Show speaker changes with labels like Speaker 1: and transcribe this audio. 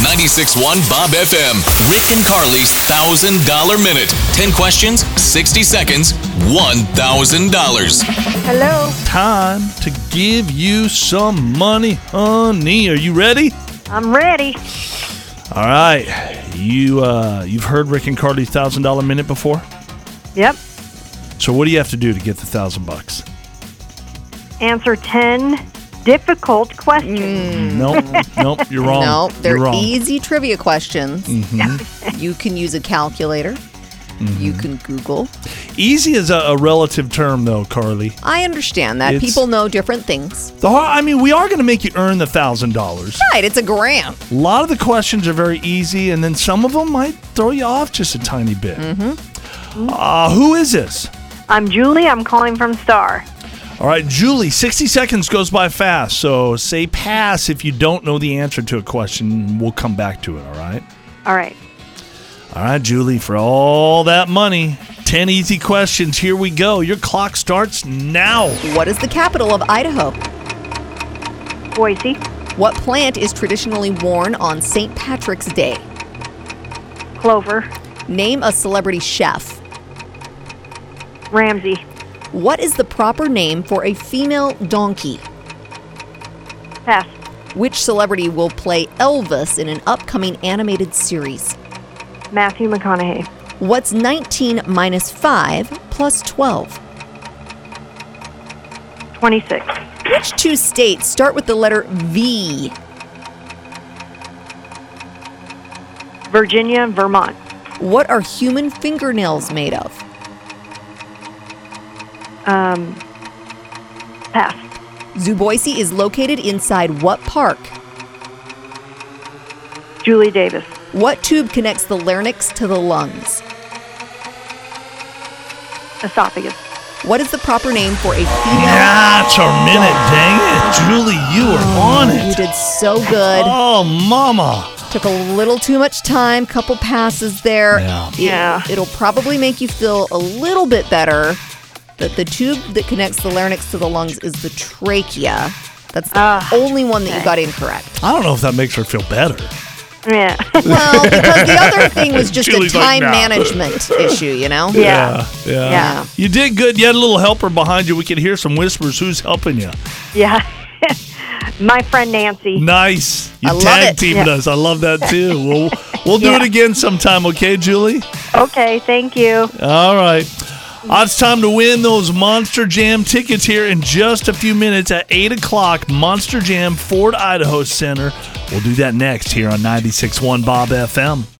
Speaker 1: 96.1 Bob FM. Rick and Carly's $1,000 Minute. 10 questions, 60 seconds, $1,000.
Speaker 2: Hello.
Speaker 3: time to give you some money, honey. Are you ready?
Speaker 2: I'm ready.
Speaker 3: All right. You uh, you've heard Rick and Carly's thousand dollar minute before.
Speaker 2: Yep.
Speaker 3: So what do you have to do to get the thousand bucks?
Speaker 2: Answer 10 difficult questions.
Speaker 3: Nope, nope. You're wrong.
Speaker 4: No, they're
Speaker 3: you're wrong. Mm-hmm.
Speaker 4: easy trivia questions. you can use a calculator. You can Google.
Speaker 3: Easy is a, a relative term, though, Carly.
Speaker 4: I understand that
Speaker 3: It's-
Speaker 4: people know different things.
Speaker 3: The har I mean, we are going to make you earn the thousand dollars.
Speaker 4: Right, it's a grant.
Speaker 3: A lot of the questions are very easy, and then some of them might throw you off just a tiny bit. Mm-hmm. Uh, who is this?
Speaker 2: I'm Julie. I'm calling from Star.
Speaker 3: All right, Julie, 60 seconds goes by fast, so say pass if you don't know the answer to a question. We'll come back to it, all right?
Speaker 2: All right.
Speaker 3: All right, Julie, for all that money, 10 easy questions. Here we go. Your clock starts now.
Speaker 4: What is the capital of Idaho?
Speaker 2: Boise.
Speaker 4: What plant is traditionally worn on St. Patrick's Day?
Speaker 2: Clover.
Speaker 4: Name a celebrity chef.
Speaker 2: Ramsey.
Speaker 4: What is the proper name for a female donkey?
Speaker 2: Pass.
Speaker 4: Which celebrity will play Elvis in an upcoming animated series?
Speaker 2: Matthew McConaughey.
Speaker 4: What's 19 minus 5 plus 12?
Speaker 2: 26.
Speaker 4: Which two states start with the letter V?
Speaker 2: Virginia. Vermont.
Speaker 4: What are human fingernails made of?
Speaker 2: Um, pass.
Speaker 4: Zuboisi is located inside what park?
Speaker 2: Julie Davis.
Speaker 4: What tube connects the larynx to the lungs?
Speaker 2: Esophagus.
Speaker 4: What is the proper name for a female?
Speaker 3: That's our minute, dang it. Julie, you are on
Speaker 4: You
Speaker 3: it.
Speaker 4: did so good.
Speaker 3: Oh, mama.
Speaker 4: Took a little too much time, couple passes there.
Speaker 3: Yeah.
Speaker 4: It,
Speaker 2: Yeah.
Speaker 4: It'll probably make you feel a little bit better that the tube that connects the larynx to the lungs is the trachea. That's the
Speaker 2: Ah,
Speaker 4: only one that you
Speaker 2: okay.
Speaker 4: got incorrect.
Speaker 3: I don't know if that makes her feel better.
Speaker 2: Yeah.
Speaker 4: Well, because the other thing was just
Speaker 3: Julie's
Speaker 4: a
Speaker 3: like,
Speaker 4: time
Speaker 3: "Nah."
Speaker 4: management issue, you know?
Speaker 2: Yeah.
Speaker 3: Yeah. yeah.
Speaker 4: Yeah.
Speaker 3: You did good. You had a little helper behind you. We could hear some whispers. Who's helping you?
Speaker 2: yeah. My friend Nancy.
Speaker 3: Nice. You
Speaker 4: I love
Speaker 3: tag
Speaker 4: it.
Speaker 3: teamed us. I love that too. We'll, we'll do
Speaker 2: Yeah.
Speaker 3: it again sometime, okay, Julie?
Speaker 2: Okay. Thank you.
Speaker 3: All right. Uh, It's time to win those Monster Jam tickets here in just a few minutes at 8 o'clock, Monster Jam, Ford, Idaho Center. We'll do that next here on 96.1 Bob FM.